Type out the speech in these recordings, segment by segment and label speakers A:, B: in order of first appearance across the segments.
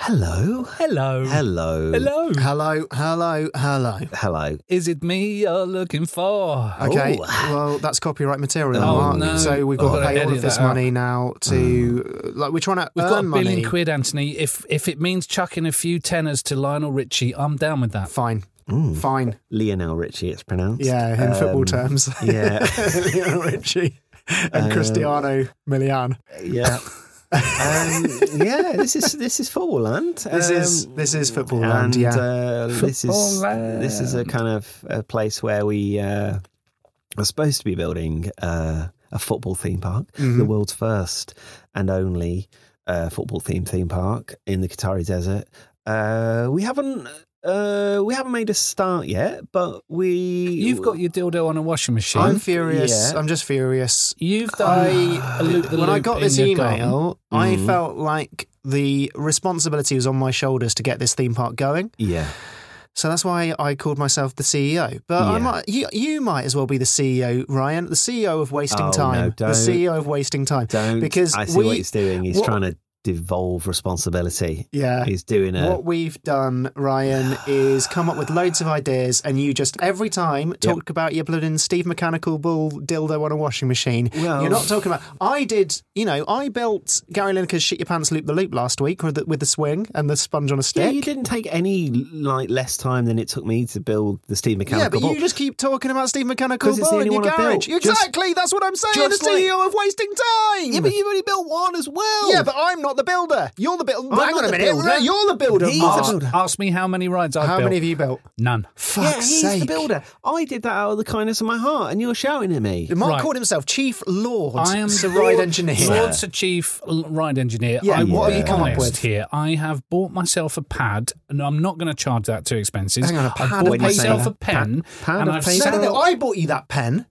A: Hello.
B: Hello.
A: Hello.
B: Hello.
A: Hello. Hello. Hello.
B: Hello.
A: Is
B: it me you're looking for?
A: Okay.
B: Ooh.
A: Well, that's copyright material,
B: Oh,
A: Mark.
B: no.
A: So we've
B: I've
A: got
B: gotta
A: to pay all
B: edit
A: of this
B: that out. Mm.
A: money now to like we're trying to
B: We've
A: earn
B: got a
A: money.
B: billion quid, Anthony. If if it means chucking a few tenors to Lionel Richie, I'm down with that.
A: Fine. Fine.
C: Lionel Richie, it's pronounced.
A: Yeah, in football
C: Um,
A: terms.
C: yeah. Um,
A: Lionel Richie and Cristiano Milian.
C: Yeah. um, yeah, this is this is football land. Um,
A: This is- this is football
C: and,
A: land, yeah.
C: uh, this
B: Football
C: is this is a kind of a place where we uh, are supposed to be building uh, a football theme park,
A: Mm-hmm.
C: the world's first and only uh, football themed theme park in the Qatari desert. Uh, we haven't uh, we haven't made a start yet, but we
B: You've got your dildo on a washing machine.
A: I'm furious.
C: Yeah.
A: I'm just furious.
B: You've done
A: I
B: a loop the
A: when I
B: loop
A: got
B: in
A: this
B: your
A: email, I
C: Mhm.
A: felt like the responsibility was on my shoulders to get this theme park going.
C: yeah.
A: So that's why I called myself the CEO. But I
C: Yeah.
A: might, you, you might as well be the CEO, Ryan, the CEO of wasting
C: Oh,
A: time,
C: no,
A: the
C: don't-
A: CEO of wasting time.
C: Don't
A: because
C: I see
A: we,
C: what he's doing. He's
A: what-
C: trying to devolve responsibility.
A: Yeah.
C: He's doing a
A: What we've done, Ryan, is come up with loads of ideas, and you just every time talk about your blood and Steve Mechanical Bull dildo on a washing machine.
C: Well-
A: You're not talking about. I did, you know, I built Gary Lineker's Shit Your Pants Loop the Loop last week with the, with the swing and the sponge on a stick.
C: Yeah, you didn't take any like less time than it took me to build the Steve
A: Yeah,
C: Mechanical
A: but
C: ball.
A: you just keep talking about Steve Mechanical
C: 'Cause it's the
A: Bull in
C: only
A: your
C: one I
A: garage.
C: built. Just-
A: exactly, that's what I'm saying. The
C: just like-
A: CEO of wasting time.
C: yeah, but you've only built one as well.
A: Yeah, but I'm not the builder. You're the builder.
C: I'm
A: Hang
C: not
A: on a
C: the
A: minute.
C: builder.
A: You're the builder.
C: He's the
A: Mark.
B: Ask,
C: builder.
B: ask me how many rides I've
A: How
B: built.
A: many have you built?
B: None.
C: yeah,
A: oh, Fuck's
C: he's
A: sake.
C: the builder. I did that out of the kindness of my heart, and you're shouting at me.
A: Mark
B: Right.
A: called himself Chief Lord.
B: I am
A: Sir
B: Lord-
A: Ride Engineer.
B: Lord Sir Chief L- Ride Engineer.
A: Yeah,
B: I
A: what
B: will
A: have you
B: be
A: come up
B: honest
A: with?
B: here? I have bought myself a pad, and I'm not going to charge that to expenses.
A: Hang on, a
B: I
A: pad
B: bought
A: of
B: myself
C: paper?
B: a pen,
C: Pa- pad
B: and
C: of
B: I've
C: paper?
A: No,
B: set
A: no, no,
B: up-
A: I bought you that pen.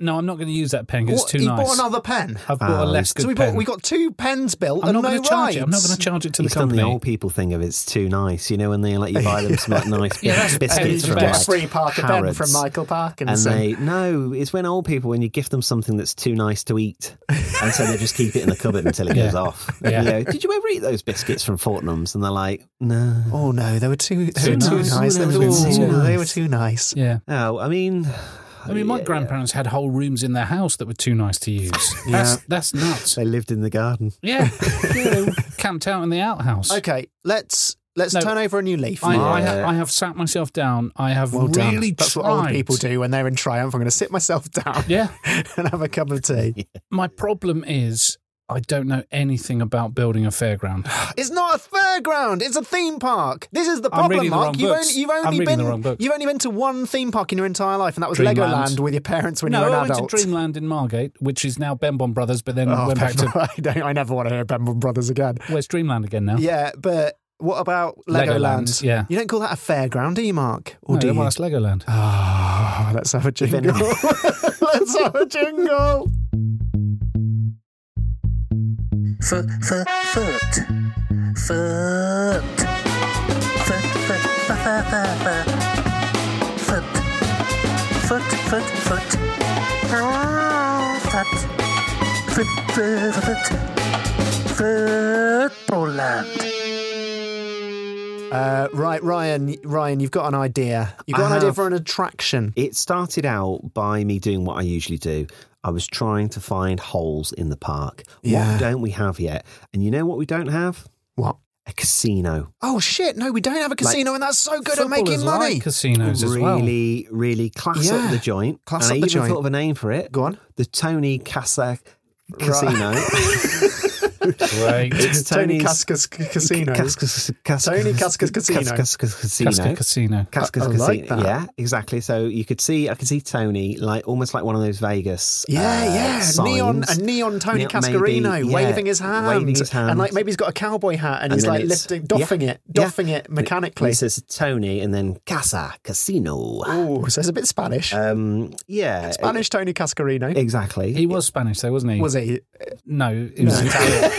B: No, I'm not going to use that pen because it's
A: What,
B: too
A: he
B: nice.
A: bought another pen.
B: I've bought a
C: Oh.
B: less good
A: so we,
B: pen.
A: bought, we got two pens built
B: I'm
A: and
B: not
A: no
B: going to charge
A: rides.
B: it. I'm not going to charge it to
C: He's
B: the
C: done
B: company.
C: the old people thing of it's too nice, you know, when they like you buy them some like, nice
B: Yeah, that's
A: And you
C: biscuits
B: It's
A: just
C: from
B: the
A: get a
B: best.
C: like,
A: free Parker pen
C: Harrods.
A: from Michael
C: And
A: Parkinson.
C: they no, it's when old people when you gift them something that's too nice to eat, and so they just keep it in the cupboard until it
B: Yeah.
C: goes off.
B: Yeah.
C: You know, Did you ever eat those biscuits from Fortnum's? And they're like, no.
A: Oh no, they were too, they were
B: Too
A: too
B: nice.
A: nice. They were
C: Ooh,
A: too,
C: too
A: they
C: nice.
A: were too nice.
B: Yeah.
C: Oh, I mean,
A: Oh,
B: I mean, my grandparents had whole rooms in their house that were too nice to use. That's, that's nuts.
C: they lived in the garden.
B: Yeah. yeah. They were camped out in the outhouse.
A: Okay, let's let's
B: No.
A: turn over a new leaf.
B: I, I,
C: Yeah.
B: ha- I have sat myself down. I have
A: well done.
B: really
A: That's
B: tried.
A: what old people do when they're in triumph. I'm going to sit myself down
B: Yeah.
A: and have a cup of tea.
B: My problem is I don't know anything about building a fairground.
A: It's not a fairground. It's a theme park. This is the
B: I'm
A: problem,
B: reading the
A: Mark.
B: wrong
A: you've,
B: books.
A: only, you've
B: I'm
A: only
B: reading
A: been
B: the wrong books.
A: you've only been to one theme park in your entire life, and that was
B: Dreamland.
A: Legoland with your parents when
B: no,
A: you were
B: I
A: an
B: went
A: adult.
B: to Dreamland in Margate, which is now Benbon Brothers, but then
A: Oh,
B: went back
A: Ben-
B: to
A: I, don't- I never want to hear Ben Brothers again.
B: where's Dreamland again now?
A: Yeah, but what about Legoland?
B: Legoland, yeah.
A: you don't call that a fairground, do you, Mark? Or
B: No,
A: do you?
B: well, it's Legoland.
A: Oh, let's have a jingle. let's have a jingle.
D: foot, foot, foot, foot, foot, foot, foot, foot, foot, foot, foot, Ah, foot, foot, foot, foot, football land.
A: Uh, right, Ryan, Ryan, you've got an idea. You've got
C: I
A: an idea
C: have.
A: for an attraction.
C: It started out by me doing what I usually do. I was trying to find holes in the park.
A: Yeah.
C: What don't we have yet? And you know what we don't have?
A: What?
C: A casino.
A: Oh shit! No, we don't have a casino, and that's so good at
B: Footballers
A: making
B: like
A: money.
B: casinos as well.
C: really, really class
A: Yeah.
C: up the joint.
A: Class
C: and I
A: up the
C: even
A: joint.
C: thought of a name for it.
A: Go on.
C: The Tony Casa Casino.
B: Great.
C: it's
A: Tony
C: Tony's-
A: Cascas c- Casino.
C: Cascas, Cas-
A: Tony Cascas Casino.
C: Cascas Casino.
B: Casca Casino.
C: Cascas
A: I- I
C: Casino.
A: like that.
C: Yeah, exactly. So you could see, I could see Tony, like almost like one of those Vegas.
A: yeah,
C: uh,
A: yeah, neon
C: signs.
A: a neon Tony
C: Neon-
A: Cascarino
C: maybe, yeah,
A: waving his hand,
C: waving his hand.
A: and like maybe he's got a cowboy hat and,
C: And
A: he's
C: then
A: like
C: it's-
A: lifting, doffing
C: yeah,
A: it,
C: yeah.
A: doffing it
C: And it-
A: mechanically.
C: It says Tony and then Casa Casino.
A: Oh, so it's a bit Spanish.
C: Um, yeah,
A: Spanish Tony Cascarino.
C: exactly.
B: He was Spanish, though, wasn't he?
A: was he?
B: No, he was Italian.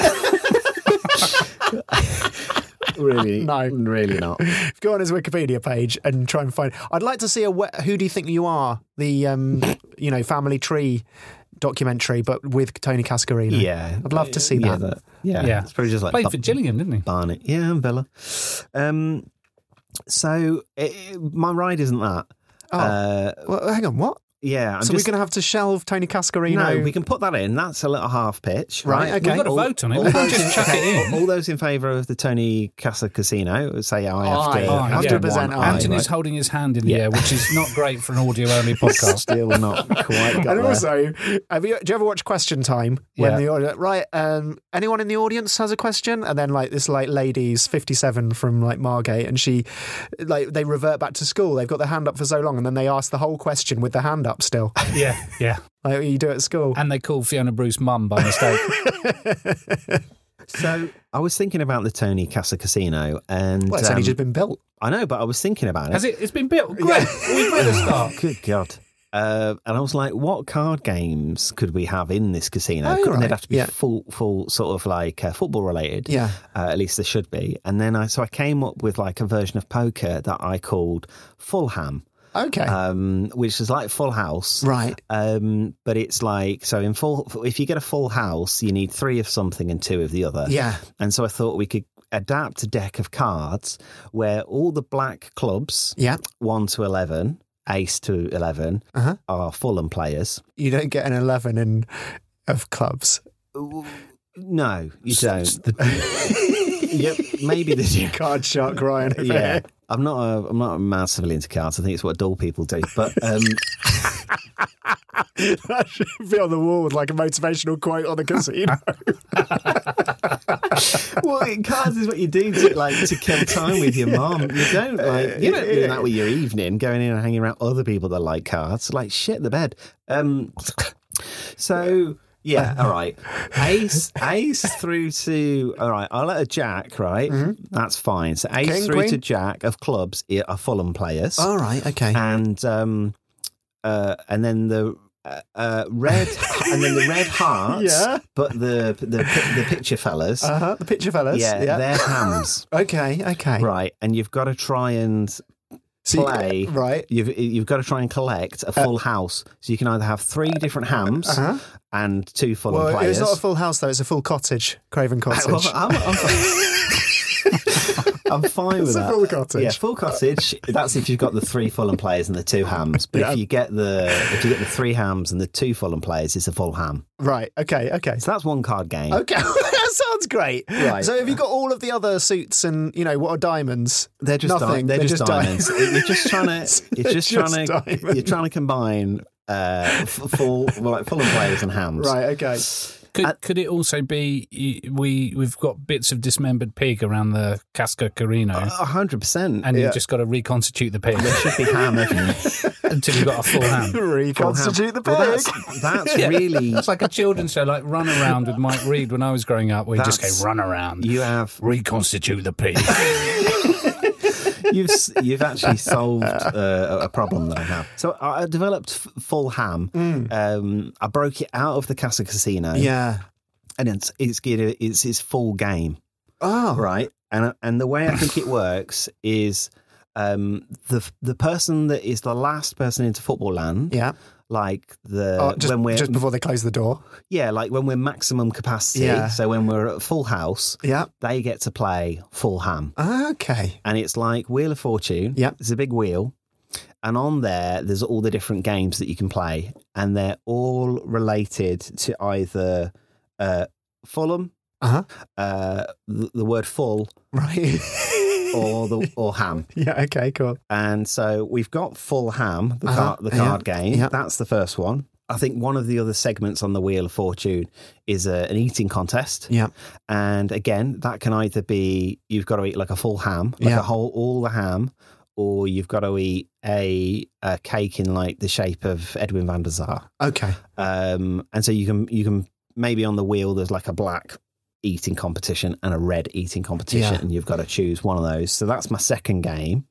C: really,
A: No.
C: really not.
A: Go on his Wikipedia page and try and find. I'd like to see a wh- who do you think you are? The um, you know, family tree documentary, but with Tony Cascarino.
C: Yeah,
A: I'd love to see
C: yeah,
A: that.
C: that- yeah,
B: Yeah.
C: It's probably just like
B: Played
C: Bar-
B: for Gillingham, didn't he?
C: Barnet. Yeah, and Villa. Um, so it, my ride isn't that.
A: Oh.
C: Uh,
A: Well, hang on, what?
C: yeah, I'm
A: so
C: just.
A: we're going to have to shelve Tony Cascarino.
C: no, we can put that in. That's a little half pitch,
A: Right,
C: right?
A: okay. We've
B: got a vote on it. We can't
C: those
B: just chuck it in.
C: All those in favour of the Tony Casa Casino say "Oh, I have
A: Aye.
C: to.
A: Aye,
C: have to
A: 100%
C: one
A: aye.
C: eye,
B: Oh, Anthony's
C: right?
B: holding his hand in the
C: Yeah.
B: air, which is not great for an audio only podcast.
C: still not quite. Got
A: and
C: there.
A: also, have you, do you ever watch Question Time? When
B: Yeah.
A: the audience, right, um, anyone in the audience has a question, and then like this, like lady's fifty-seven from like Margate, and she, like, they revert back to school. They've got their hand up for so long, and then they ask the whole question with the hand up still,
B: yeah, yeah.
A: like what you do at school.
B: And they called Fiona Bruce mum by mistake.
C: So I was thinking about the Tony Casa Casino, and
A: well, it's only
C: um,
A: just been built.
C: I know, but I was thinking about it.
B: Has it? It's been built. Great. We better start.
C: Good God. Uh, and I was like, what card games could we have in this casino?
A: Oh,
C: Couldn't
A: right.
C: they'd have to be
A: Yeah.
C: full, full sort of like uh, football related?
A: Yeah.
C: Uh, at least they should be. And then I, so I came up with like a version of poker that I called Full Ham,
A: Okay,
C: um, which is like Full House.
A: right.
C: Um, but it's like, so in full, if you get a full house, you need three of something and two of the other.
A: Yeah.
C: And so I thought we could adapt a deck of cards where all the black clubs,
A: Yeah,
C: 1 to 11, ace to 11,
A: Uh-huh.
C: are Fulham players.
A: you don't get an eleven in of clubs.
C: No, you don't.
A: yep,
C: Maybe they do.
A: card shark Ryan. Over
C: Yeah.
A: here.
C: I'm not a, I'm not massively into cards. I think it's what dull people do. But um,
A: that should be on the wall with like a motivational quote on the casino.
C: well, cards is what you do to like to kill time with your mom. You don't
A: Uh,
C: like you don't do that with your evening, going in and hanging around other people that like cards. Like shit the bed. Um, so
A: Uh,
C: yeah, all right. Ace, ace through to all right. I'll let a jack. Right, that's fine. So ace
A: Mm-hmm. King,
C: through to
A: queen? Oh.
C: jack of clubs are Fulham players,
A: All right, okay.
C: and um, uh, and then the. Uh, uh, red and then the red hearts,
A: Yeah.
C: but the the the picture fellas,
A: Uh huh. The picture fellas.
C: yeah, they're hams,
A: Okay. Okay.
C: right? And you've got to try and
A: So you-
C: play.
A: uh, right. Uh,
C: You've you've got to try and collect a full house, so you can either have three different hams and two full
A: uh-huh. Well,
C: players.
A: it's not a full house though. It's a full cottage, Craven Cottage.
C: Well, uh, I'm, I'm- I'm fine
A: It's
C: with
A: a
C: that.
A: full cottage.
C: Yeah, full cottage. That's if you've got the three Fulham players and the two hams. But
A: Yeah.
C: if you get the if you get the three hams and the two Fulham players, it's a full ham.
A: right. Okay. Okay.
C: So that's one card game.
A: Okay. that sounds great.
C: Right.
A: So have you got all of the other suits and you know what are diamonds?
C: They're just di-
A: nothing.
C: they're, just, diamonds.
A: di-
C: you're just trying to. You're
A: They're
C: just,
A: just
C: trying to.
A: diamonds.
C: You're trying to combine uh, f- full well, like full and players and hams.
A: right. Okay.
B: Could, could it also be y- we we've got bits of dismembered pig around the Casca Carino,
C: A hundred percent.
B: and you've just got to reconstitute the pig
C: should be ham everything.
B: until you've got a full hand.
A: Reconstitute the pig.
C: Well, that's that's really.
B: It's like a children's show, like Run Around with Mike Reed when I was growing up, where you just
C: That's-
B: go Run Around,
C: You have
B: reconstitute the pig.
C: you've s- you've actually solved uh, a problem that I have. So I I developed f- full ham. Um, I broke it out of the Casa Casino,
A: yeah.
C: and it's it's it's it's his full game.
A: Oh.
C: right? And and the way I think it works is um, the the person that is the last person into football land
A: Yeah.
C: like the
A: Oh, just,
C: Uh, when we're
A: just before they close the door.
C: yeah, like when we're maximum capacity.
A: Yeah.
C: So when we're at full house,
A: Yeah.
C: they get to play full ham.
A: Ah, Okay.
C: and it's like Wheel of Fortune.
A: Yep.
C: It's a big wheel. And on there, there's all the different games that you can play, and they're all related to either uh, Fulham,
A: Uh huh.
C: uh, the, the word full,
A: Right.
C: or the or ham.
A: yeah. Okay. Cool.
C: And so we've got full ham, the,
A: Uh-huh.
C: card, the
A: Yeah.
C: card game.
A: Yeah.
C: That's the first one. I think one of the other segments on the Wheel of Fortune is uh an eating contest.
A: Yeah.
C: And again, that can either be you've got to eat like a full ham, like
A: Yeah.
C: a whole all the ham, or you've got to eat a, a cake in like the shape of Edwin van der Sar.
A: Okay.
C: Um, and so you can you can maybe on the wheel there's like a black eating competition and a red eating competition,
A: Yeah.
C: and you've got to choose one of those. So that's my second game.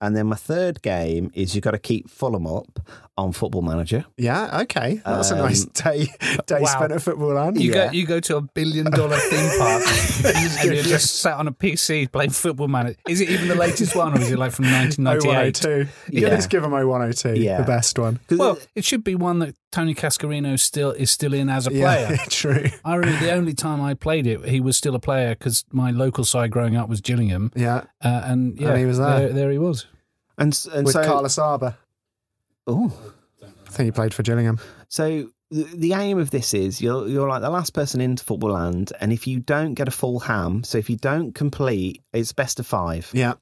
C: And then my third game is you've got to keep Fulham up on Football Manager.
A: Yeah. Okay. That's a
C: Um,
A: nice day day
B: wow.
A: spent at football land.
B: You
C: Yeah.
B: go you go to a billion dollar theme park and you're just sat on a PC playing football manager. Is it even the latest one or is it like from
A: Oh,
B: nineteen ninety eight?
A: 0102. You
C: Yeah.
A: Let's give them 0102.
C: Yeah.
A: The best one.
C: 'Cause
B: Well, it should be one that Tony Cascarino still is still in as a
A: Yeah.
B: player.
A: True.
B: I remember the only time I played it, he was still a player because my local side growing up was Gillingham,
A: Yeah.
B: uh, and yeah,
A: he was there.
B: There, there he was.
C: and s- and
A: With
C: so
A: Carlos Arbor.
C: Ooh.
A: I think he played for Gillingham.
C: So the, the aim of this is you're you're like the last person into football land, and if you don't get a full ham, so if you don't complete, it's best of five.
A: Yeah.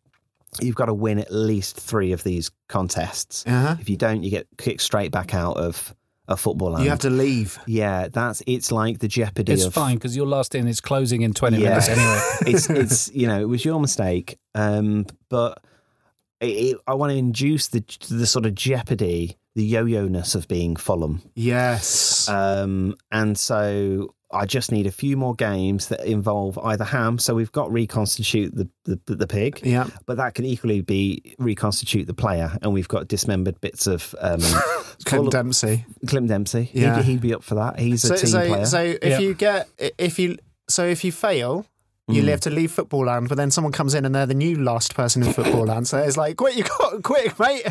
C: You've got to win at least three of these contests.
A: Uh-huh.
C: If you don't, you get kicked straight back out of a football land.
A: You have to leave.
C: yeah, that's it's like the jeopardy.
B: It's
C: of,
B: fine because your last in is closing in twenty
C: Yeah.
B: minutes anyway.
C: it's it's you know it was your mistake, um, but it, it, I want to induce the the sort of jeopardy, the yo-yo ness of being Fulham.
A: Yes.
C: Um, and so I just need a few more games that involve either ham. So we've got reconstitute the the, the pig,
A: yeah.
C: but that can equally be reconstitute the player, and we've got dismembered bits of um,
A: Clint
C: Fulham-
A: Dempsey.
C: Clint Dempsey.
A: Yeah.
C: He'd, he'd be up for that. He's a
A: so,
C: team
A: so,
C: player.
A: so if
B: Yeah.
A: you get if you so if you fail
C: Mm.
A: you have to leave football land, but then someone comes in and they're the new last person in football land. So it's like, quick, you got quick, mate!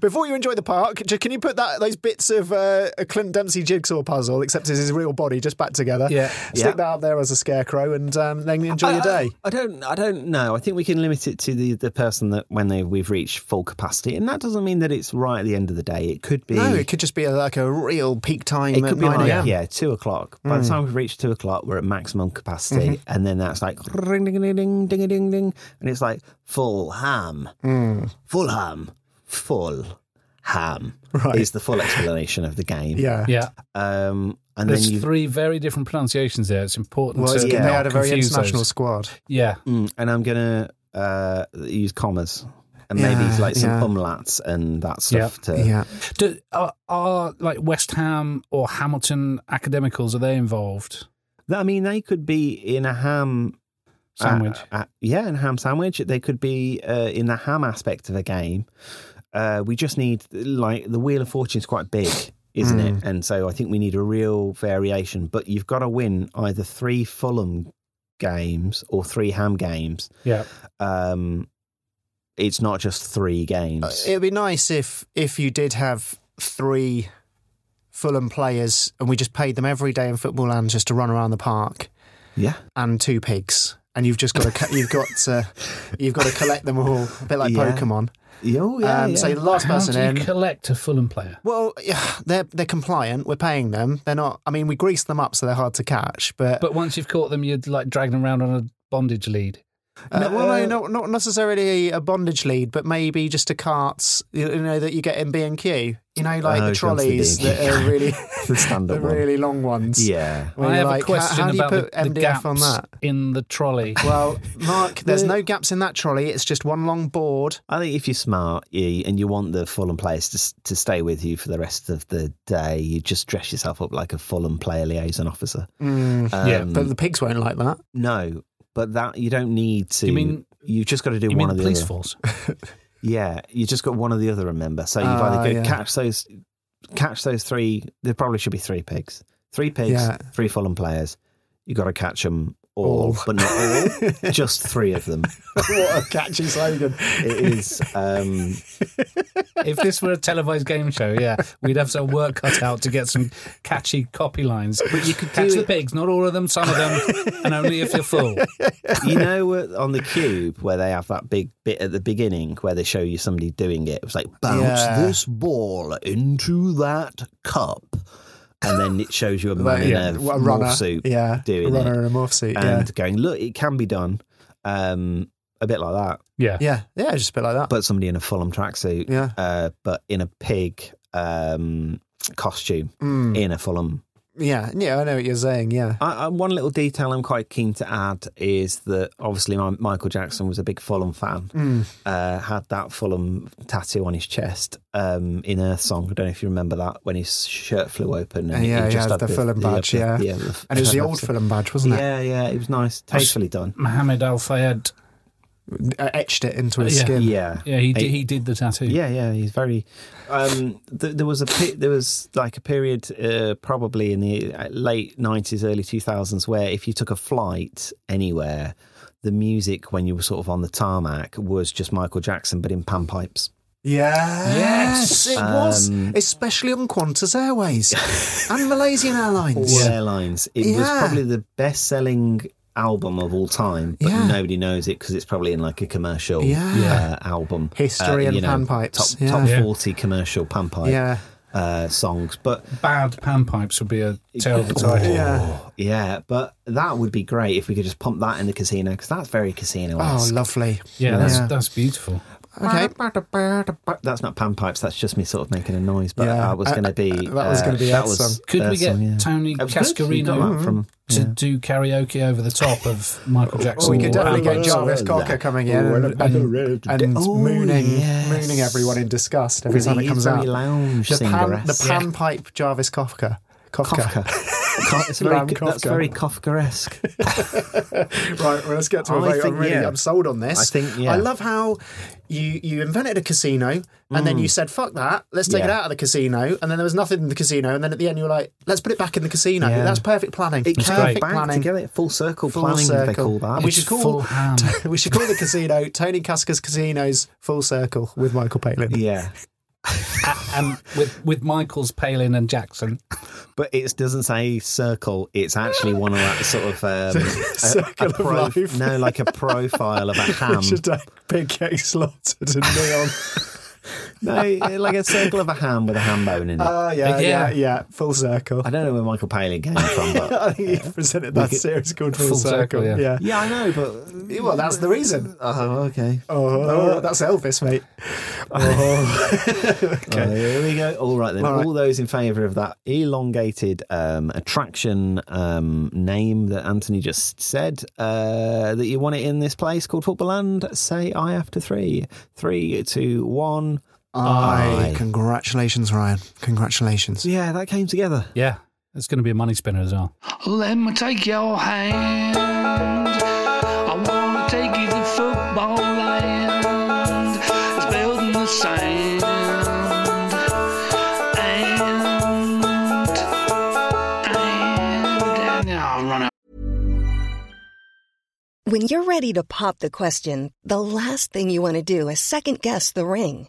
A: Before you enjoy the park, ju- can you put that those bits of uh, a Clint Dempsey jigsaw puzzle, except it's his real body, just back together?
B: Yeah.
A: stick
C: Yeah.
A: that out there as a scarecrow, and um, then enjoy your
C: I-
A: day.
C: I- I don't. I don't know. I think we can limit it to the, the person that when they we've reached full capacity, and that doesn't mean that it's right at the end of the day. It could be.
A: no, it could just be a, like a real peak time.
C: It
A: at
C: could be
A: 9
C: like,
A: a.m.
C: yeah, two o'clock. By the time we reach two o'clock, we're at maximum capacity, and then that's like ring ding ding ding ding ding ding, and it's like full ham, full ham, full ham
A: Right.
C: is the full explanation of the game.
A: yeah,
B: Yeah,
C: Um, and
B: there's
C: then you
B: three very different pronunciations there. It's important
A: Well, it's,
B: to
C: yeah.
B: not
A: they had a very
B: confuse
A: international
B: those.
A: squad.
B: Yeah,
C: Mm, and I'm gonna uh, use commas and
A: Yeah,
C: maybe like some
A: yeah.
C: umlauts and that stuff to
A: Yeah,
B: Do, are, are like West Ham or Hamilton academicals are they involved?
C: I mean, they could be in a ham uh,
B: Sandwich.
C: uh, yeah, in a ham sandwich. They could be uh, in the ham aspect of a game. Uh, we just need like the wheel of fortune is quite big, isn't
A: Mm.
C: it? And so I think we need a real variation. But you've got to win either three Fulham games or three ham games.
B: yeah,
C: Um, it's not just three games.
A: It'd be nice if if you did have three Fulham players and we just paid them every day in football land just to run around the park
C: yeah.
A: and two pigs. And you've just got to co- you've got to you've got to collect them all a bit like
C: Yeah.
A: Pokemon.
C: Oh, yeah,
A: um,
C: yeah.
A: So you're the last
B: How
A: person
B: do you
A: in.
B: collect a Fulham player?
A: well, yeah, they're they're compliant. We're paying them. They're not. I mean, we grease them up so they're hard to catch. But,
B: But once you've caught them, you'd like drag them around on a bondage lead.
A: uh,
C: no,
A: well, no,
C: uh,
A: not not necessarily a bondage lead, but maybe just a carts. You you know that you get in B and Q. You know, like
C: Oh,
A: the
C: it's gone to the
A: trolleys
C: B&Q.
A: that are really
C: the standard
A: the
C: one.
A: really long ones.
C: yeah.
A: Where
B: I
A: you're
B: have
A: like,
B: a
A: "How-
B: question
A: how,
B: about
A: do you put
B: the, the
A: MDF
B: gaps
A: on that?
B: in the trolley.
A: Well, Mark, there's no gaps in that trolley. It's just one long board.
C: I think if you're smart you, and you want the Fulham players to s- to stay with you for the rest of the day, you just dress yourself up like a Fulham player liaison officer. Um,
B: yeah,
A: Mm,
C: Mm.
A: But the pigs won't like that.
C: No, but that you don't need to.
B: You mean-
C: you've just got to do
B: you
C: one
B: mean the
C: of the
B: police
C: other.
B: force?
C: Yeah, you just got one or the other. Remember, so you've
A: Ah,
C: either go
A: yeah.
C: catch those, catch those three. There probably should be three pigs, three pigs,
A: Yeah.
C: three Fulham players. You got to catch them all,
A: All.
C: but not all, just three of them.
A: what a catchy slogan.
C: It is. Um,
B: If this were a televised game show, yeah, we'd have some work cut out to get some catchy copy lines. But you could catch the pigs, not all of them, some of them, and only if you're full.
C: you know, uh, on the cube where they have that big bit at the beginning where they show you somebody doing it. It was like bounce
A: Yeah.
C: this ball into that cup, and then it shows you a man
A: yeah,
C: in a,
A: a
C: morph
A: runner.
C: suit
A: yeah,
C: doing
A: a runner
C: it.
A: in a morph suit.
C: and going, look, it can be done. Um, a bit like that,
B: Yeah.
A: yeah, yeah, yeah, just a bit like that.
C: but somebody in a Fulham tracksuit,
A: Yeah.
C: uh, but in a pig um, costume
A: Hmm.
C: in a Fulham.
A: yeah, yeah, I know what you're saying. Yeah,
C: I, I, one little detail I'm quite keen to add is that obviously my, Michael Jackson was a big Fulham fan,
A: Mm.
C: uh, had that Fulham tattoo on his chest um, in Earth Song. I don't know if you remember that when his shirt flew open. And
A: Yeah, yeah,
C: he just had
A: the Fulham badge, yeah.
C: the-
A: and it was the old film badge, wasn't it?
C: Yeah, yeah, it was nice, tastefully done.
B: Mohammed Al Fayed.
A: Uh, etched it into his
B: Yeah.
A: skin.
C: Yeah,
B: Yeah, he
C: Hey.
B: did, he did the tattoo.
C: Yeah, yeah, he's very. Um, th- there was a pe- there was like a period, uh, probably in the uh, late nineties, early two thousands, where if you took a flight anywhere, the music when you were sort of on the tarmac was just Michael Jackson, but in panpipes.
A: Yes,
B: Yes.
A: it
C: Um,
A: was, especially on Qantas Airways and Malaysian Airlines.
C: All airlines. It was
A: Yeah.
C: probably the best selling album of all time, but
A: Yeah.
C: nobody knows it because it's probably in like a commercial
A: Yeah.
C: uh, album.
A: History and
C: you know,
A: panpipes.
C: Top,
A: Yeah.
C: top
B: Yeah.
C: forty commercial panpipe
A: Yeah.
C: uh, songs, but.
B: Bad panpipes would be a terrible title.
A: Yeah.
C: Yeah, but that would be great if we could just pump that in the casino because that's very casino.
A: Oh, lovely.
B: Yeah, that's, that's beautiful.
A: Oh, Okay.
C: that's not panpipes. That's just me sort of making a noise. But
A: Yeah,
C: that was
A: uh,
C: going to be
A: uh, that was gonna be
C: that
A: Ed's
C: was
A: song.
B: Could
C: their
B: we get
C: song, yeah.
B: Tony
C: That was good. You got
B: Cascarino
C: that from
B: to do karaoke over the top of Michael Jackson?
A: we could definitely get
B: albums?
A: Jarvis
C: Oh,
A: Cocker
C: yeah.
A: coming in
C: Oh,
A: and, and, and
C: Oh,
A: mooning,
C: yes.
A: mooning everyone in disgust Mm-hmm. every
C: Because
A: time
C: he
A: it comes
C: is very
A: out.
C: lounge
A: the pan, the
C: singer-esque.
A: pan pipe Jarvis Cocker. Cocker.
C: Kafka. Ka- it's very,
A: Lamb
C: good- that's
A: Kafka.
C: very Kafkaesque.
A: right, well, let's get to a
C: I
A: vote.
C: think,
A: I'm really,
C: yeah.
A: I'm sold on this.
C: I think, yeah.
A: I love how you you invented a casino and then you said, "Fuck that, let's take it
C: Mm. Yeah.
A: out of the casino." And then there was nothing in the casino, and then at the end you were like, "Let's put it back in the casino."
C: Yeah.
A: That's perfect planning.
C: It came
A: perfect
C: back together. Full circle planning. They call that.
A: And we
B: It's
A: should call
B: full ham.
A: we should call the casino Tony Casca's Casinos Full Circle with Michael Palin.
C: yeah,
B: and with with Michaels, Palin, and Jackson.
C: but it doesn't say circle. It's actually one of that sort of um,
A: Circle of life.
C: No, like a profile of a ham.
A: We should take Big K Slaughtered and Neon.
C: No, like a circle of a ham with a ham bone in it.
A: Oh yeah, yeah,
B: Yeah.
A: yeah. Full Circle.
C: I don't know where Michael Palin came from, but
A: I think you presented that
C: could-
A: series called Full,
B: Full
A: Circle.
B: Circle, yeah.
A: yeah.
C: yeah, I know, but
A: Well, that's the reason.
C: oh, okay.
A: Oh, that's Elvis, mate.
C: okay. Uh, here we go. All right then.
A: All
C: All,
A: right.
C: those in favour of that elongated um, attraction um, name that Anthony just said uh, that you want it in this place called Footballland, say I after three, three, two, one.
A: I
C: Aye.
A: Congratulations, Ryan. Congratulations.
C: Yeah, that came together.
B: Yeah, it's going to be a money spinner as well.
D: Let me take your hand. I wanna take you to football land. It's built in the sand. And and and I'll run
E: When you're ready to pop the question, the last thing you want to do is second guess the ring.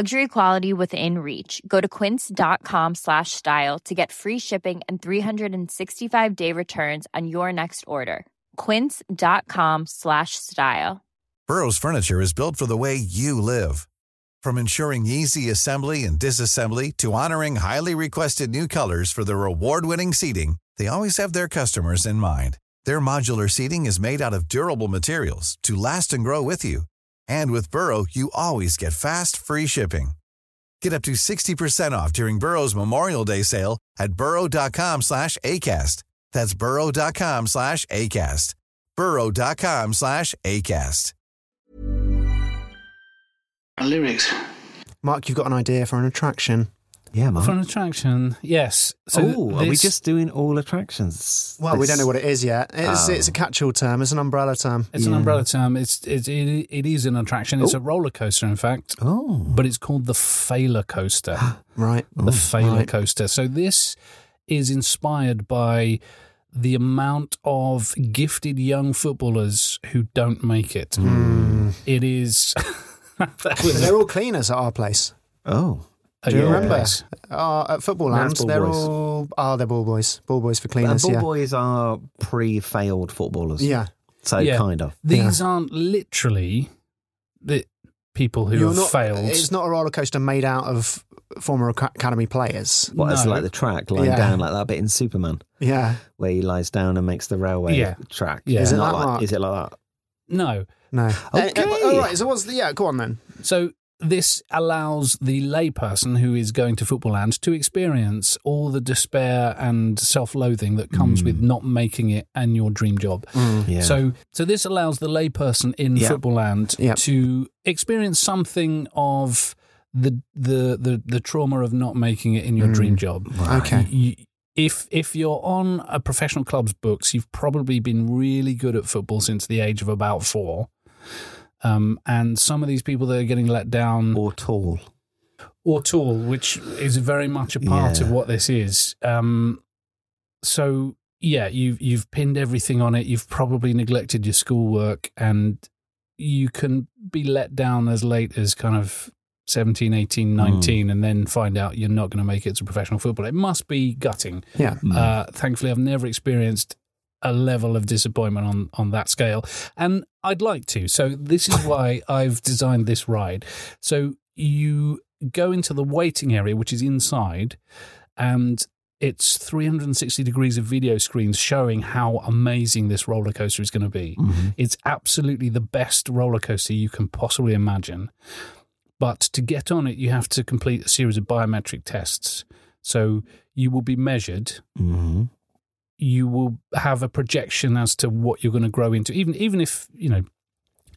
F: Luxury quality within reach. Go to quince.com slash style to get free shipping and 365 day returns on your next order. Quince.com slash style.
G: Burrow's furniture is built for the way you live. From ensuring easy assembly and disassembly to honoring highly requested new colors for their award-winning seating, they always have their customers in mind. Their modular seating is made out of durable materials to last and grow with you. And with Burrow, you always get fast, free shipping. Get up to 60% off during Burrow's Memorial Day sale at burrow.com slash ACAST. That's burrow.com slash ACAST. burrow.com slash ACAST.
D: Lyrics.
A: Mark, you've got an idea for an attraction.
C: Yeah,
B: For
C: Mark.
B: an attraction, yes. So
C: oh, are we
B: this-
C: just doing all attractions?
A: Well, we
C: This-
A: don't know what it is yet. It's,
C: Oh.
A: it's a catch-all term. It's an umbrella term.
B: It's an umbrella term. It's it, it, it is an attraction.
A: Oh.
B: It's a roller coaster, in fact,
C: Oh,
B: but it's called the Failure Coaster.
A: Right.
B: the Failure
A: right.
B: Coaster. So this is inspired by the amount of gifted young footballers who don't make it. It is. that was
A: They're all cleaners at our place.
C: oh,
B: a
A: Do you
B: young
A: remember?
B: place.
A: Uh, at Football
C: Man's
A: Land,
C: ball
A: they're
C: boys.
A: all... Ah, they're ball boys. Ball boys for
C: and
A: cleaners,
C: ball
A: yeah.
C: boys are pre-failed footballers.
A: Yeah.
C: so
B: Yeah.
C: kind of.
B: These aren't literally the people who have
A: not,
B: failed.
A: It's not a roller coaster made out of former ac- academy players.
C: What it's
B: No.
C: like the track lying
A: Yeah.
C: down like that bit in Superman,
A: Yeah.
C: where he lies down and makes the railway
B: Yeah.
C: track.
B: Yeah.
C: It's
B: Is it
C: not
A: that,
C: like-
A: Mark?
C: is it like that?
B: no.
A: No.
C: Okay.
A: Uh, uh, all right. So what's the, yeah? Go on then.
B: So this allows the layperson who is going to football land to experience all the despair and self-loathing that comes with not making it and your dream job.
A: Mm.
C: Yeah.
B: So, so this allows the layperson in
C: Yeah.
B: football land
A: Yeah.
B: to experience something of the, the the the trauma of not making it in your dream job.
A: Okay.
B: You- if if you're on a professional club's books, you've probably been really good at football since the age of about four. Um, and some of these people that are getting let down, or,
C: or tall.
B: tall, which is very much a part
C: Yeah.
B: of what this is. Um, so yeah, you've you've pinned everything on it. You've probably neglected your schoolwork, and you can be let down as late as kind of 17, 18, 19, and then find out you're not going to make it to professional football. It must be gutting.
A: Yeah.
B: Uh, thankfully, I've never experienced a level of disappointment on, on that scale, and I'd like to. So this is why I've designed this ride. So you go into the waiting area, which is inside, and it's 360 degrees of video screens showing how amazing this roller coaster is going to be. It's absolutely the best roller coaster you can possibly imagine. But to get on it, you have to complete a series of biometric tests. So you will be measured
C: Mm-hmm.
B: you will have a projection as to what you're going to grow into. Even even if you know,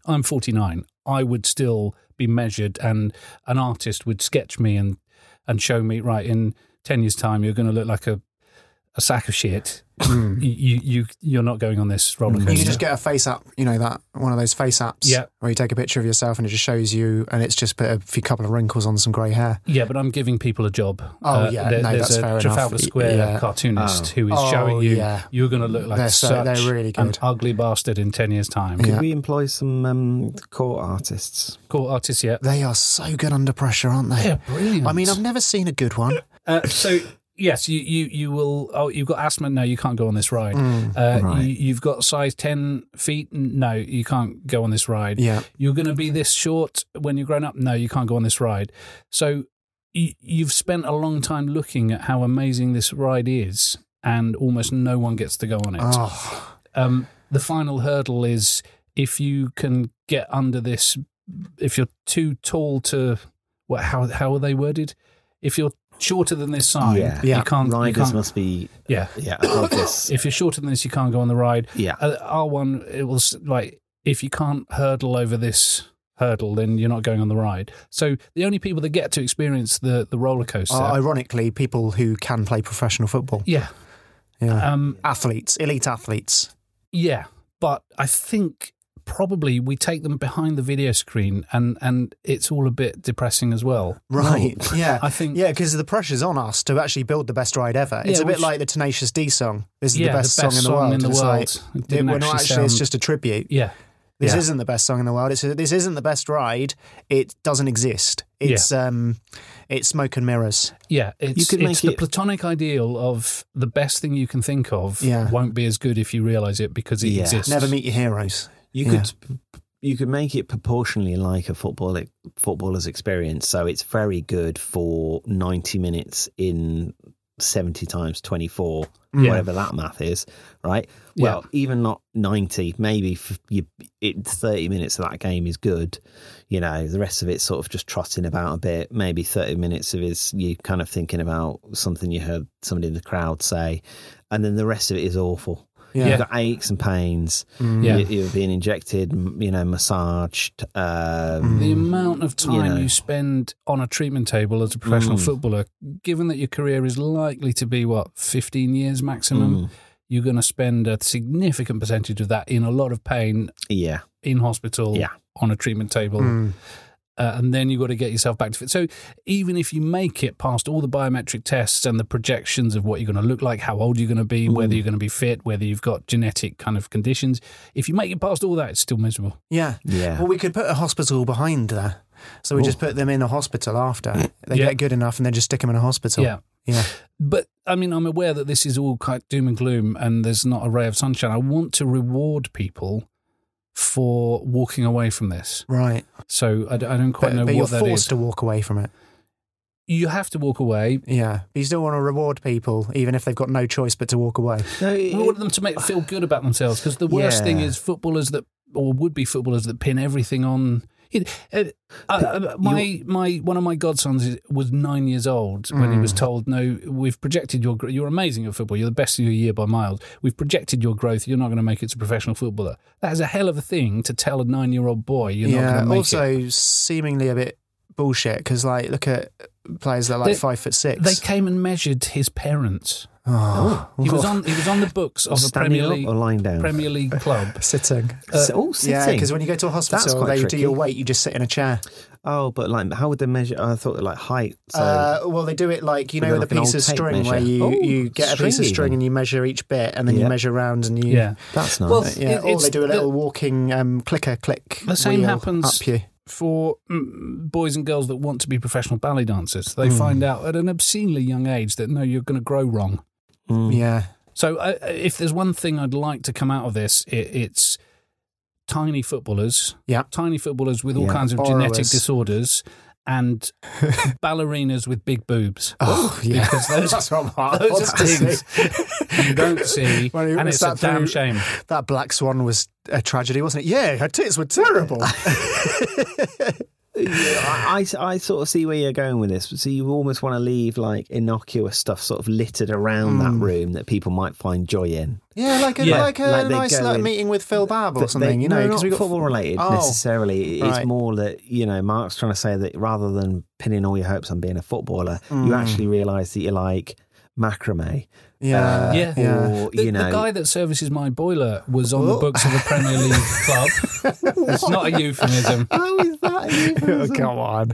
B: I'm 49, I would still be measured, and an artist would sketch me and and show me right in 10 years' time you're going to look like a a sack of shit. you you you're not going on this roller coaster.
A: Hmm. You can just get a face app. You know that one of those face apps.
B: Yeah.
A: Where you take a picture of yourself and it just shows you, and it's just put a few couple of wrinkles on some grey hair.
B: yeah, but I'm giving people a job. Uh,
A: Oh, yeah, no,
B: there's
A: that's
B: a
A: fair enough.
B: Trafalgar Square
A: Yeah.
B: cartoonist who is
A: Oh,
B: showing you
A: yeah.
B: you're going to look like
A: They're so-
B: such
A: they're really
B: an
A: good.
B: ugly bastard in 10 years' time.
A: Yeah.
C: Could we employ some um, court artists?
B: Cool artist, yeah.
A: They are so good under pressure, aren't they?
B: They're brilliant.
A: I mean, I've never seen a good one.
B: Uh, so yes, you, you you will. Oh, you've got asthma. No, you can't go on this ride. uh,
C: right.
B: you, you've got size ten feet. N- No, you can't go on this ride.
A: Yeah.
B: You're going to be this short when you're grown up. No, you can't go on this ride. So y- you've spent a long time looking at how amazing this ride is, and almost no one gets to go on it.
A: Oh,
B: Um, the final hurdle is if you can get under this. If you're too tall to, what? How how are they worded? If you're shorter than this sign,
C: Yeah.
B: you
A: Yeah.
B: can't. you
C: Riders
B: can't-
C: must be
B: Yeah.
C: yeah above this.
B: If you're shorter than this, you can't go on the ride.
C: Yeah.
B: Uh, R1, it was like if you can't hurdle over this hurdle, then you're not going on the ride. So the only people that get to experience the the roller
C: Oh,
B: coaster,
A: Are uh, ironically, people who can play professional football.
B: yeah,
A: Yeah.
B: um,
A: athletes, elite athletes.
B: yeah. But I think probably we take them behind the video screen, and and it's all a bit depressing as well.
A: Right.
B: No.
A: Yeah.
B: I think.
A: Yeah, because the pressure's on us to actually build the best ride ever. It's
B: Yeah,
A: a bit
B: which-
A: like the Tenacious D song. This is
B: Yeah,
A: the best, song in the world. It's like,
B: It
A: we're
B: didn't
A: not
B: actually
A: actually.
B: sound-
A: It's just a tribute.
B: Yeah.
A: This
B: Yeah.
A: isn't the best song in the world. It's this isn't the best ride. It doesn't exist.
B: Yeah.
A: It's um, it's smoke and mirrors.
B: Yeah, it's,
C: could
B: it's
C: make
B: the
C: it-
B: platonic ideal of the best thing you can think of
A: Yeah.
B: won't be as good if you realise it because it
C: Yeah.
B: exists.
A: Never meet your heroes.
C: You
A: Yeah.
C: could you could make it proportionally like a football footballer's experience. So it's very good for ninety minutes in seventy times twenty four,
B: Yeah.
C: whatever that math is, right?
B: Yeah.
C: Well, even not ninety, maybe f- you, it, thirty minutes of that game is good. You know, the rest of it's sort of just trotting about a bit. Maybe thirty minutes of it is you kind of thinking about something you heard somebody in the crowd say, and then the rest of it is awful.
A: Yeah.
C: You've got aches and pains.
B: Yeah.
C: You, you're being injected, m- you know, massaged. Um,
B: The amount of time you,
C: know.
B: spend on a treatment table as a professional
C: Mm.
B: footballer, given that your career is likely to be what fifteen years
C: Mm.
B: maximum, you're going to spend a significant percentage of that in a lot of pain
C: Yeah,
B: in hospital
C: Yeah.
B: on a treatment table.
A: Mm. Hmm.
B: Uh, and then you've got to get yourself back to fit. So even if you make it past all the biometric tests and the projections of what you're going to look like, how old you're going to be,
A: Mm.
B: whether you're going to be fit, whether you've got genetic kind of conditions, if you make it past all that, it's still miserable.
A: Yeah.
C: Yeah.
A: Well, we could put a hospital behind there. So we just put them in a hospital after they
B: Yeah.
A: get good enough, and then just stick them in a hospital.
B: Yeah.
A: Yeah.
B: But I mean, I'm aware that this is all quite doom and gloom, and there's not a ray of sunshine. I want to reward people for walking away from this.
A: Right.
B: So I, d- I don't quite
A: but
B: know
A: but
B: what
A: you're
B: that
A: forced
B: is.
A: to walk away from it.
B: You have to walk away.
A: Yeah. But you still want to reward people, even if they've got no choice but to walk away.
C: no, it-
B: We want them to make feel good about themselves because the worst
C: Yeah.
B: thing is footballers that, or would be footballers that pin everything on. you know, uh, uh, my my one of my godsons is- was nine years old when he
C: Mm.
B: was told, "No, we've projected your gr- you're amazing at football. You're the best in your year by miles. We've projected your growth. You're not going to make it as a professional footballer." That is a hell of a thing to tell a nine year old boy you're not going to make
A: also
B: it.
A: seemingly a bit bullshit because like look at players that are like
B: They-
A: five foot six.
B: They came and measured his parents.
A: oh,
B: He was on he was on the books of a
C: standing
B: Premier
C: up
B: League
C: or lying down.
B: Premier League club.
A: sitting.
C: S- oh, sitting.
A: Yeah, because when you go to a
C: That's
A: hospital,
C: quite
A: they do
C: tricky.
A: your weight. You just sit in a chair.
C: Oh, but like, how would they measure? I thought like height. So
A: uh, well, they do it like you
C: With
A: know
C: like
A: the
C: an
A: piece
C: old
A: of
C: tape
A: string
C: measure.
A: where you,
C: Oh,
A: you get a piece of
C: string
A: string
C: even.
A: and you measure each bit, and then you
C: Yeah.
A: measure round and you uh,
B: Yeah.
C: that's nice.
B: Well,
A: yeah.
B: It-
A: or
B: it's
A: they do a
B: the-
A: little walking um, clicker click.
B: The same
A: wheel
B: happens
A: up you.
B: for mm, boys and girls that want to be professional ballet dancers.
A: Hmm.
B: They find out at an obscenely young age that no, you're going to grow wrong.
A: Yeah,
B: So, uh, if there's one thing I'd like to come out of this, it, it's tiny footballers,
A: yeah.
B: tiny footballers with all
C: Yeah.
B: kinds of genetic
A: Borrowers.
B: disorders, and ballerinas with big boobs.
A: Oh, yeah.
B: Because those-
A: That's what Mark
B: those
A: wants
B: are
A: to see.
B: things you don't see,
A: Well, you
B: and
A: missed
B: it's a
A: that
B: damn
A: through-
B: shame.
A: That black swan was a tragedy, wasn't it? Yeah, her tits were terrible.
C: I, I, I sort of see where you're going with this. So you almost want to leave like innocuous stuff sort of littered around
A: Mm.
C: that room that people might find joy in.
A: yeah, like a
B: Yeah,
A: like a
C: like they
A: nice
C: go
A: like,
C: in-
A: meeting with Phil Babb or
C: Th-
A: something,
C: they-
A: you know?
C: no,
A: we
C: not football related
A: Oh,
C: necessarily.
A: right.
C: It's more that you know Mark's trying to say that rather than pinning all your hopes on being a footballer,
A: Mm.
C: you actually realise that you like macrame.
A: Yeah,
C: uh,
B: Yeah.
A: yeah.
C: Or,
B: The,
C: you
B: the
C: know,
B: guy that services my boiler was
A: Oh.
B: on the books of a Premier League club. It's not a euphemism.
C: how is that? even?
A: Oh, come on,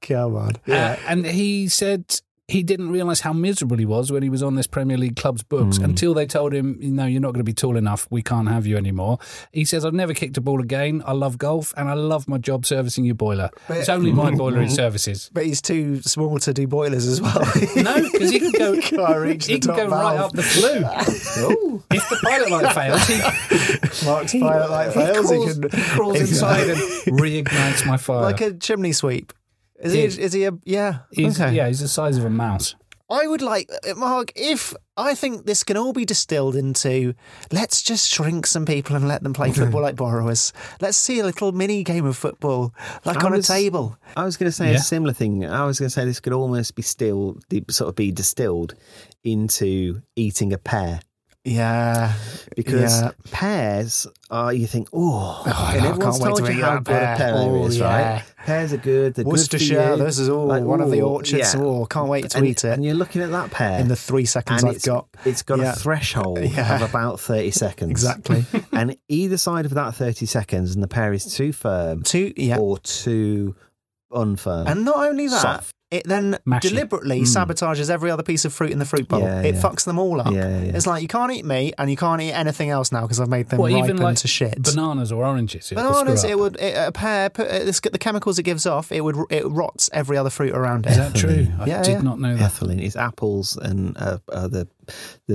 A: come on.
B: Uh, and he said he didn't realize how miserable he was when he was on this Premier League club's
A: Hmm.
B: books until they told him, "No, you're not going to be tall enough. We can't have you anymore." He says, "I've never kicked a ball again. I love golf and I love my job servicing your boiler. It's only my boiler in services."
A: But he's too small to do boilers as well.
B: No, because he can go.
A: He can't reach
B: he
A: the
B: can
A: top
B: go right
A: valve.
B: up the flue. if the pilot light fails, he,
A: Mark's pilot light
B: he
A: fails. He,
B: crawls,
A: can
B: crawls inside and reignites my fire.
A: like a chimney sweep. Is he?
B: Yeah.
A: Is he a? Yeah.
B: He's,
A: okay.
B: Yeah, he's the size of a mouse.
A: I would like, uh, Mark, if I think this can all be distilled into let's just shrink some people and let them play football like borrowers. Let's see a little mini game of football, like
C: I
A: on
C: was-
A: a table.
C: I was going to say
B: Yeah.
C: a similar thing. I was going to say this could almost be still sort of be distilled into eating a pear.
A: Yeah.
C: because
A: Yeah.
C: pears are you think
A: Oh,
C: oh, and
A: no, I
C: everyone's
A: can't wait
C: told
A: to
C: you
A: eat
C: how
A: that
C: good a
A: pear.
C: pear
A: Oh,
C: is,
A: yeah.
C: right? Pears are good. They're good
A: Worcestershire,
C: for you.
A: this is all one
C: Like,
A: of the
C: ooh,
A: orchards.
C: yeah.
A: Oh, can't wait to
C: and,
A: eat it.
C: And you're looking at that pear
A: in the three seconds
C: and
A: I've
C: it's-
A: got.
C: It's got
A: Yeah.
C: a threshold
A: Yeah.
C: of about 30 seconds.
A: Exactly.
C: and either side of that 30 seconds, and the pear is too firm
A: Two, yeah.
C: or too unfirm.
A: And not only that,
C: uh, Soft.
A: it then
B: Mashy.
A: deliberately
B: Mm.
A: sabotages every other piece of fruit in the fruit bowl.
C: Yeah,
A: it
C: yeah.
A: fucks them all up.
C: Yeah, yeah.
A: It's like you can't eat meat and you can't eat anything else now because I've made them
B: Well,
A: ripen
B: even like
A: to shit.
B: bananas or oranges. it will screw
A: Bananas,
B: up.
A: it would it, a pear. Put, uh, this, the chemicals it gives off, it would it rots every other fruit around it.
B: Is that true? I
A: Yeah,
B: did
A: yeah.
B: not know that.
C: ethylene is apples and uh, uh, the the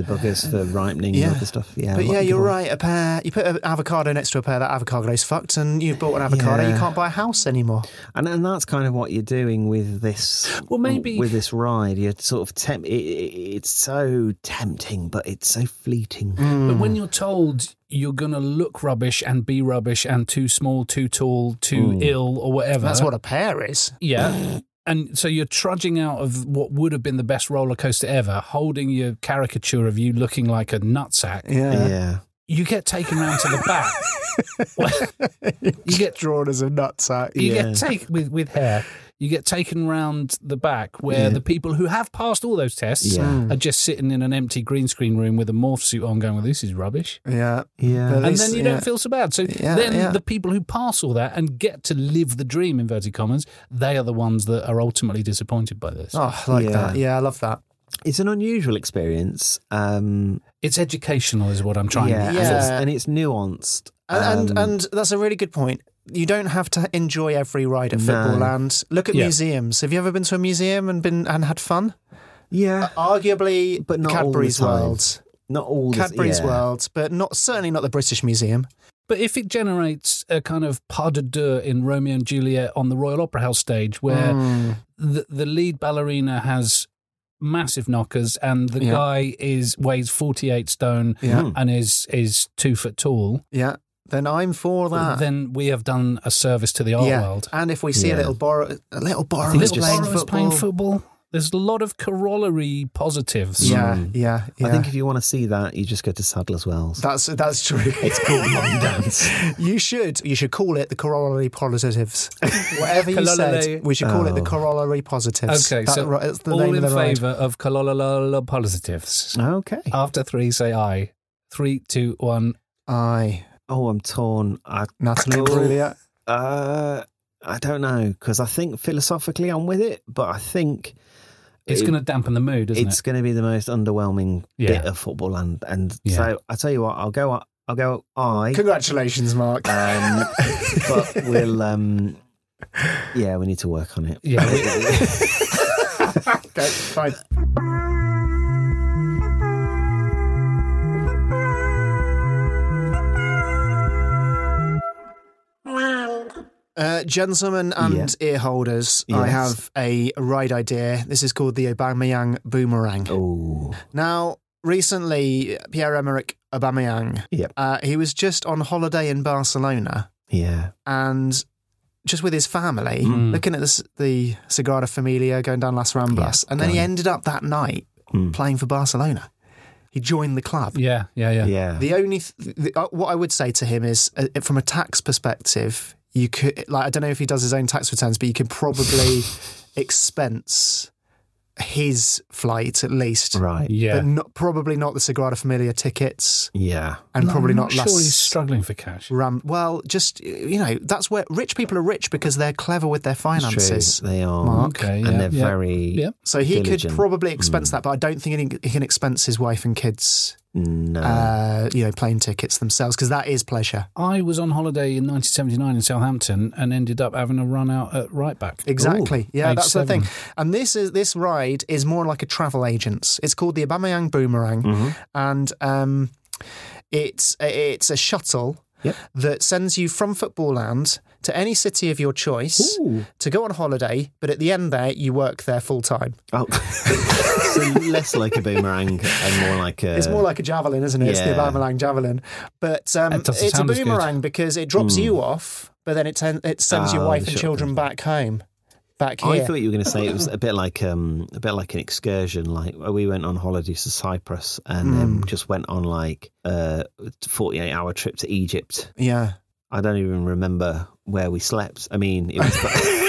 C: buggers for ripening
A: Yeah.
C: and other stuff. Yeah,
A: but
C: what
A: yeah,
C: do
A: you're
C: people-
A: right. A pear, you put an avocado next to a pear, that avocado's fucked, and you've bought an avocado,
C: Yeah.
A: you can't buy a house anymore.
C: And and that's kind of what you're doing with this.
B: Well, maybe-
C: with this ride, you're sort of temp. It, it, it's so tempting, but it's so fleeting.
A: Mm,
B: But when you're told you're going to look rubbish and be rubbish and too small, too tall, too ill, or whatever.
A: That's what a pear is.
B: Yeah. And so you're trudging out of what would have been the best roller coaster ever, holding your caricature of you looking like a nutsack.
C: Yeah.
B: You get taken round to the back. you get
A: drawn as a nutsack.
B: you
C: Yeah.
B: get take with with hair. You get taken round the back where the people who have passed all those tests
C: Yeah.
B: are just sitting in an empty green screen room with a morph suit on, going, "Well, this is rubbish."
A: Hmm. Yeah.
C: Yeah.
A: But at
B: and
A: least-
B: then you
A: yeah.
B: don't feel so bad. So
A: Yeah,
B: then
A: yeah.
B: the people who pass all that and get to live the dream, inverted commas, they are the ones that are ultimately disappointed by this.
A: Oh, I like
C: Yeah.
A: that. Yeah, I love that.
C: It's an unusual experience. Um,
B: It's educational, is what I'm trying.
C: yeah,
B: to
C: and
A: Yeah.
C: it's, and it's nuanced.
A: And, and
C: Um,
A: and that's a really good point. You don't have to enjoy every ride at
C: No.
A: Football Land. Look at
B: Yeah.
A: museums. Have you ever been to a museum and been and had fun?
C: yeah,
A: uh, Arguably,
C: But not all the
A: Cadbury's
C: time.
A: World,
C: not all this-
A: Cadbury's
C: yeah.
A: World, but not certainly not the British Museum.
B: But if it generates a kind of pas de deux in Romeo and Juliet on the Royal Opera House stage, where
A: Mm.
B: the, the lead ballerina has massive knockers and the
A: Yeah.
B: guy is weighs 48 stone
A: Yeah.
C: Hmm.
B: and is is two foot tall,
A: Yeah, then I'm for that.
B: then we have done a service to the art
A: yeah,
B: world.
A: and if we see
C: Yeah.
A: a little borrow, a little borrow,
B: Little
A: playing,
B: borrowers
A: football.
B: playing football. There's a lot of corollary positives.
A: Yeah,
C: Mm.
A: yeah, yeah.
C: I think if you want to see that, you just go to Sadler's Wells.
A: that's that's true.
C: it's called Mum Dance.
A: You should. You should call it the corollary positives. Whatever you
B: Corollary.
A: said, we should call it the
C: Oh.
A: corollary positives.
B: Okay,
A: That-
B: so
A: right, that's the
B: all
A: name
B: in
A: of the ride.
B: favour of corollary positives.
C: Okay.
B: After three, say aye. Three, two, one.
A: Aye,
C: Oh, I'm torn. I
A: Natalie
C: Oh.
A: Imbruglia.
C: Uh, I don't know because I think philosophically I'm with it, but I think
B: It's
C: it-
B: going to dampen the mood, isn't
C: it's
B: it?
C: going to be the most underwhelming
B: Yeah.
C: bit of football land. And
B: Yeah.
C: so I tell you what, I'll go. I'll go. I.
A: Congratulations, Mark.
C: Um, but we'll. Um, yeah, we need to work on it.
B: Yeah.
A: okay, fine. Uh, gentlemen and ear holders, I
C: Yes.
A: have a ride idea. This is called the Obama Boomerang.
C: Oh,
A: Now, recently, Pierre Emerick Aubameyang,
C: Yep.
A: uh, he was just on holiday in Barcelona
C: yeah.
A: and just with his family,
B: Hmm.
A: looking at the, s- the Sagrada Familia going down Las Ramblas, and then he ended up that night playing for Barcelona. He joined the club.
B: Hmm. yeah, yeah, yeah.
C: Yeah.
A: The only th- the, uh, what I would say to him is, uh, from a tax perspective, you could like I don't know if he does his own tax returns, but you could probably expense his flight at least,
C: right.
B: Yeah.
A: but not, probably not the Sagrada Familia tickets,
C: Yeah.
A: and probably
B: I'm
A: not,
B: sure
A: Las
B: he's struggling for cash.
A: Ram. Well, just you know, that's where rich people are rich because they're clever with their
C: It's true.
A: finances.
C: They are.
A: Mark.
B: Okay, yeah,
C: and they're
B: yeah.
C: very.
B: Yeah.
A: So he
C: Diligent. Hmm.
A: could probably expense that, but I don't think he he can expense his wife and kids,
C: No.
A: uh, you know, plane tickets themselves because that is pleasure.
B: I was on holiday in 1979 in Southampton and ended up having a run out at right back.
A: Exactly. yeah,
B: page
A: that's the
B: seven.
A: thing. And this is this ride is more like a travel agent's. It's called the Abamayang Boomerang,
C: Mm-hmm.
A: and um, it's it's a shuttle
C: Yep.
A: that sends you from Football Land to any city of your choice
C: Ooh.
A: to go on holiday. But at the end, there you work there full time.
C: Oh, so less like a boomerang and more like a.
A: It's more like a javelin, isn't it? It's the
C: Yeah.
A: Abamelang javelin. But um,
B: That doesn't
A: it's a
B: sound as good.
A: boomerang because it drops you off, but then it, ten- it sends
C: Hmm. Ah,
A: your wife
C: the
A: and
C: shotgun.
A: children back home. back here.
C: I thought you were going to say it was a bit like um, a bit like an excursion. Like oh, we went on holidays to Cyprus and then
A: Mm.
C: just went on like a forty-eight hour trip to Egypt.
A: yeah.
C: I don't even remember where we slept. I mean, it was.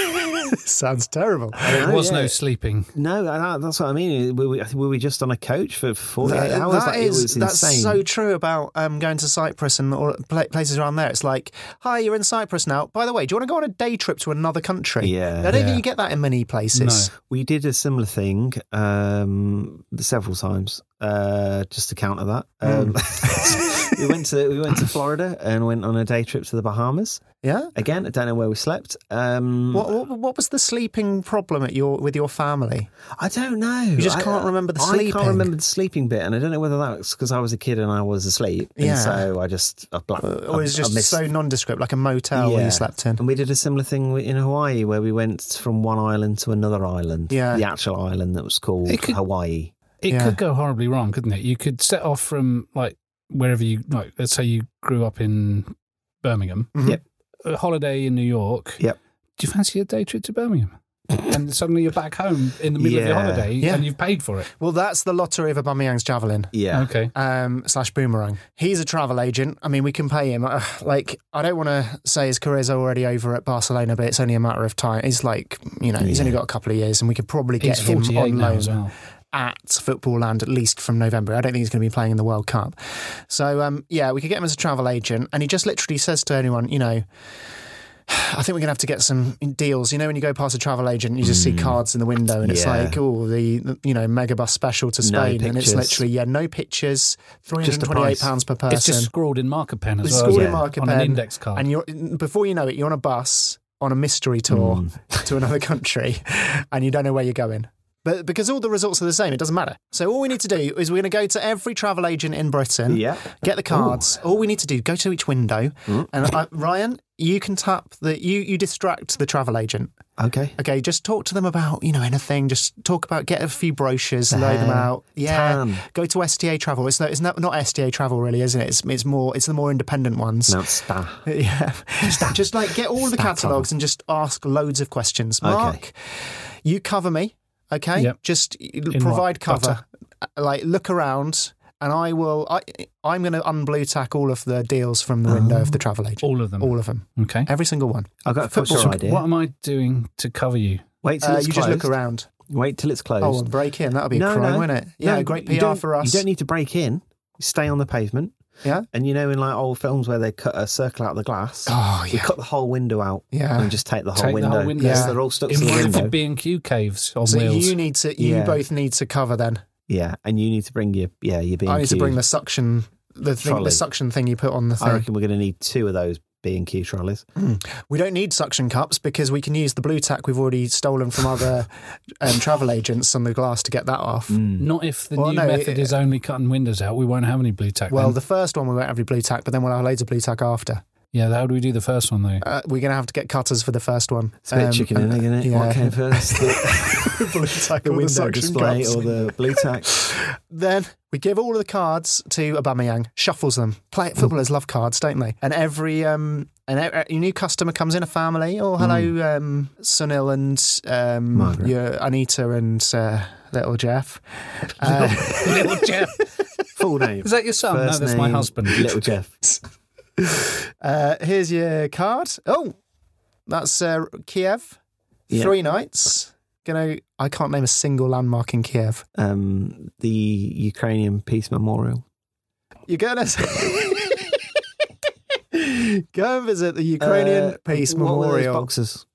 A: Sounds terrible.
B: There
C: know,
B: was
C: yeah.
B: no sleeping.
C: No, I- I- that's what I mean. Were we, I think were we just on a coach for 48
A: That-
C: hours?
A: that
C: Like, it
A: is-
C: was
A: that's
C: insane.
A: so true about um, going to Cyprus and all pla- places around there. It's like, hi, you're in Cyprus now. By the way, do you want to go on a day trip to another country?
C: Yeah.
A: I don't
B: Yeah.
A: think you get that in many places.
C: We did a similar thing um, several times, uh, just to counter that. Um,
A: Hmm.
C: we went to we went to Florida and went on a day trip to the Bahamas.
A: Yeah.
C: Again, I don't know where we slept. Um,
A: What, what what was the sleeping problem at your with your family?
C: I don't know.
A: You just
C: I-
A: can't remember the
C: I
A: sleeping.
C: can't remember the sleeping bit, and I don't know whether that was because I was a kid and I was asleep.
A: Yeah.
C: And so I just I black.
A: Or it was
C: I- I
A: just
C: missed-
A: so nondescript, like a motel where you slept in.
C: And we did a similar thing wi- in Hawaii where we went from one island to another island.
A: Yeah.
C: The actual island that was called
B: It could-
C: Hawaii.
B: It
A: Yeah.
B: could go horribly wrong, couldn't it? You could set off from like wherever you like. Let's say you grew up in Birmingham.
A: Mhm.
C: Yep.
B: A holiday in New York.
C: Yep.
B: Do you fancy a day trip to Birmingham? and suddenly you're back home in the middle of your
C: Yeah.
B: holiday
A: Yeah.
B: and you've paid for it.
A: Well, that's the lottery of Aubameyang's javelin.
C: Yeah.
B: Okay.
A: um, slash boomerang. He's a travel agent. I mean, we can pay him. Uh, like, I don't want to say his career's already over at Barcelona, but it's only a matter of time. He's like, you know, he's only got a couple of years, and we could probably get
B: He's
A: him
B: 48
A: on
B: now
A: loan
B: as well.
A: at Football Land at least from November. I don't think he's going to be playing in the World Cup. So, um, yeah, we could get him as a travel agent, and he just literally says to anyone, you know. I think we're going to have to get some deals. You know, when you go past a travel agent, and you just see cards in the window, and it's
C: Mm. Yeah.
A: like, oh, the the, you know megabus special to
C: No
A: Spain, and it's
C: pictures.
A: literally yeah, no pictures, three
C: Just
A: hundred
C: the
A: twenty-eight
C: price.
A: pounds per
B: It's just
A: person.
B: scrawled in marker pen as
A: It's
B: well.
A: scored
B: isn't
A: in
B: it?
A: marker
B: on
A: pen,
B: an index card. Hmm.
A: and you're before you know it, you're on a bus on a mystery tour to another country, and you don't know where you're going. But because all the results are the same, it doesn't matter. So all we need to do is we're going to go to every travel agent in Britain,
C: Yeah.
A: get the cards. All we need to do go to each window,
B: Hmm.
A: and I, Ryan, you can tap the you you distract the travel agent.
C: Okay.
A: Okay, just talk to them about you know anything. Just talk about get a few brochures, lay them
C: hair.
A: out. Yeah,
C: Tan.
A: go to STA Travel. It's not it's not, not STA Travel really, isn't it? It's it's more it's the more independent ones.
C: Mount Star.
A: Yeah, just like get all the
C: Stat
A: catalogues and just ask loads of questions.
C: Okay.
A: Mark, you cover me, okay?
B: Yep.
A: Just y-
B: what?
A: provide cover. Uh, Like look around, and I will. I I'm going to unblue tack all of the deals from the window of the travel agent.
B: Oh. All of them.
A: All of them.
B: okay.
A: Every single one.
C: I've got a football
B: So
C: idea.
B: what am I doing to cover you?
C: Wait till
A: Uh,
C: it's
A: you
C: closed.
A: just look around.
C: Wait till it's closed.
A: Oh, and break in. That'll be a
C: no,
A: crime,
C: no.
A: wouldn't it? Yeah,
C: no,
A: great
C: you
A: PR
C: don't-
A: for us.
C: You don't need to break in. Stay on the pavement.
A: yeah.
C: And you know, in like old films where they cut a circle out of the glass,
A: Oh,
C: we
A: yeah.
C: cut the whole window out.
A: Yeah.
C: And just take the whole
B: Take
C: window.
B: the whole window.
A: Yeah.
C: So they're all stuck
B: in
C: to the
B: one of
C: window.
B: the B and Q caves on
A: So
B: wheels.
A: you need to. You
C: Oh, Yeah.
A: both need to cover then.
C: Yeah. And you need to bring your yeah your B
A: I need to bring the suction. The thing, the
C: Trolley.
A: suction thing you put on the
C: I
A: thing.
C: reckon we're going to need two of those B and Q trolleys.
A: We don't need suction cups because we can use the blue tack we've already stolen from other um, travel agents on the glass to get that off.
C: Mm,
B: Not if the
A: Well,
B: new
A: no, it-
B: method is only cutting windows out. We won't have any blue tack.
A: Well,
B: Well,
A: the first one we won't have any blue tack, but then we'll have loads of blue tack after.
B: yeah. How do we do the first one though?
A: Uh, we're going to have to get cutters for the first one.
C: It's a bit
A: Um,
C: chicken and egg, isn't it?
A: yeah.
C: What came first? The,
A: blue tack
C: the
A: or
C: window
A: suction
C: display
A: cups.
C: or the blue tack?
A: Then we give all of the cards to Aubameyang, shuffles them. Play,
C: Mm.
A: footballers love cards, don't they? And every um, and e- your new customer comes in a family. Oh, hello, um, Sunil and um,
C: Mm. Margaret.
A: your Anita and uh, little Jeff. Uh,
B: Little Jeff.
C: Full name.
B: Is that your
A: Oh,
B: son?
C: First
B: no, that's my
C: name,
B: husband.
C: Little Jeff.
A: uh, here's your card. Oh, that's uh, Kiev.
C: Yeah.
A: Three nights. Gonna. I can't name a single landmark in Kiev.
C: Um, the Ukrainian Peace Memorial.
A: You're gonna go and visit the Ukrainian
C: Uh,
A: Peace
C: What were those
A: Memorial.
C: boxers?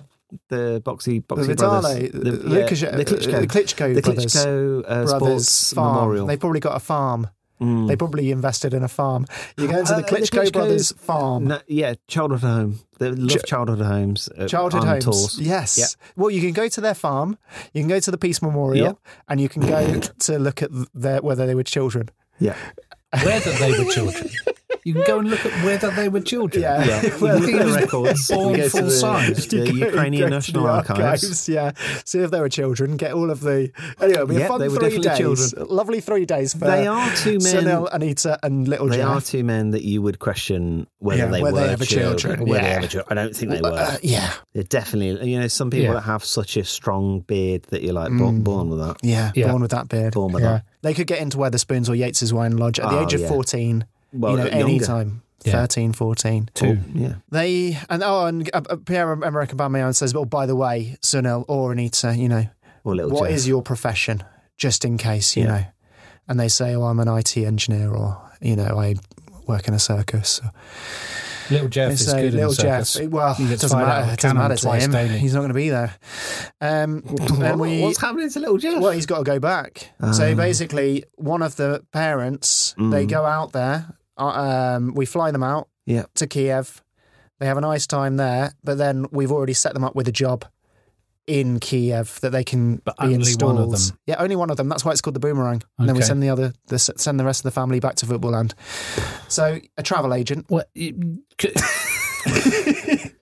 C: The boxy, boxy
A: the Vitale,
C: brothers.
A: the,
C: yeah,
A: Lukashe-
C: the Klitschko,
A: uh, the Klitschko
C: the
A: brothers,
C: Klitschko, uh, Sports
A: brothers farm.
C: Memorial.
A: They've probably got a farm.
C: Mm.
A: They probably invested in a farm. You go into
C: Uh,
A: the Klitschko
C: Klitschko's-
A: brothers farm.
C: No, yeah, childhood home. They love
A: Ch-
C: childhood homes. uh,
A: Childhood
C: on
A: homes.
C: Tours.
A: Yes.
C: Yeah.
A: Well, you can go to their farm, you can go to the Peace Memorial, and you can go to look at their, whether they were children.
C: Yeah.
B: Whether they were children. You can go and look at whether they were children.
A: Yeah. Yeah.
B: You can
A: Well,
B: look at
A: the
B: who's
C: records.
B: Born
C: You go to
B: full
C: the-
B: size.
C: Oh, the
A: Go-
C: Ukrainian
A: go to
C: National
A: the
C: Archives.
A: Yeah, see if there were children. Get all of the anyway. It'll be a
C: Yeah,
A: fun
C: they were
A: three days.
C: definitely
A: Lovely three days for
C: They are two men-
A: Sunil, Anita, and little
C: They
A: Jack.
C: are two men that you would question whether
A: Yeah,
C: they
A: were
C: were
A: they ever
C: children.
A: children?
C: Were they
A: Yeah.
C: ever children? I don't think they were.
A: Uh, yeah,
C: They're definitely, you know, some people
B: Yeah.
C: that have such a strong beard that you're like
A: Mm.
C: born, born with that.
A: yeah,
B: Yeah.
A: Born with that beard.
C: Born with
A: yeah.
C: that.
A: They could get into Weatherspoons or Yates's Wine Lodge at the
C: Oh,
A: age of
C: yeah.
A: fourteen.
C: Well,
A: you know, any
C: younger.
A: time.
B: Yeah.
A: 13, 14.
B: Two.
C: Yeah.
A: They and oh, and uh, uh, Pierre Emerick Aubameyang says, "Oh, by the way, Sunil or Anita, you know,
C: Or little
A: what
C: Jeff.
A: is your profession, just in case, you
C: Yeah.
A: know?" And they say, "Oh, I'm an IT engineer," or you know, "I work in a circus." Or,
B: Little Jeff
A: they
B: is
A: say,
B: good in
A: "Little
B: the circus.
A: Jeff." Well,
B: You get
A: it
B: to
A: doesn't
B: find out
A: matter.
B: a
A: It doesn't
B: cannon
A: matter to
B: twice
A: him.
B: daily.
A: He's not going to be there. Um, and we,
C: What's happening to little Jeff?
A: well, he's got to go back.
C: Ah.
A: so basically, one of the parents,
C: Mm.
A: they go out there. uh, Um, we fly them out
C: yeah.
A: to Kiev. They have a nice time there, but then we've already set them up with a job in Kiev that they can
B: But
A: be
B: only one of
A: installed.
B: them.
A: Yeah, only one of them. That's why it's called the boomerang. And then we
B: Okay.
A: send the other, the, s- send the rest of the family back to football land. So a travel agent.
B: What? you- c-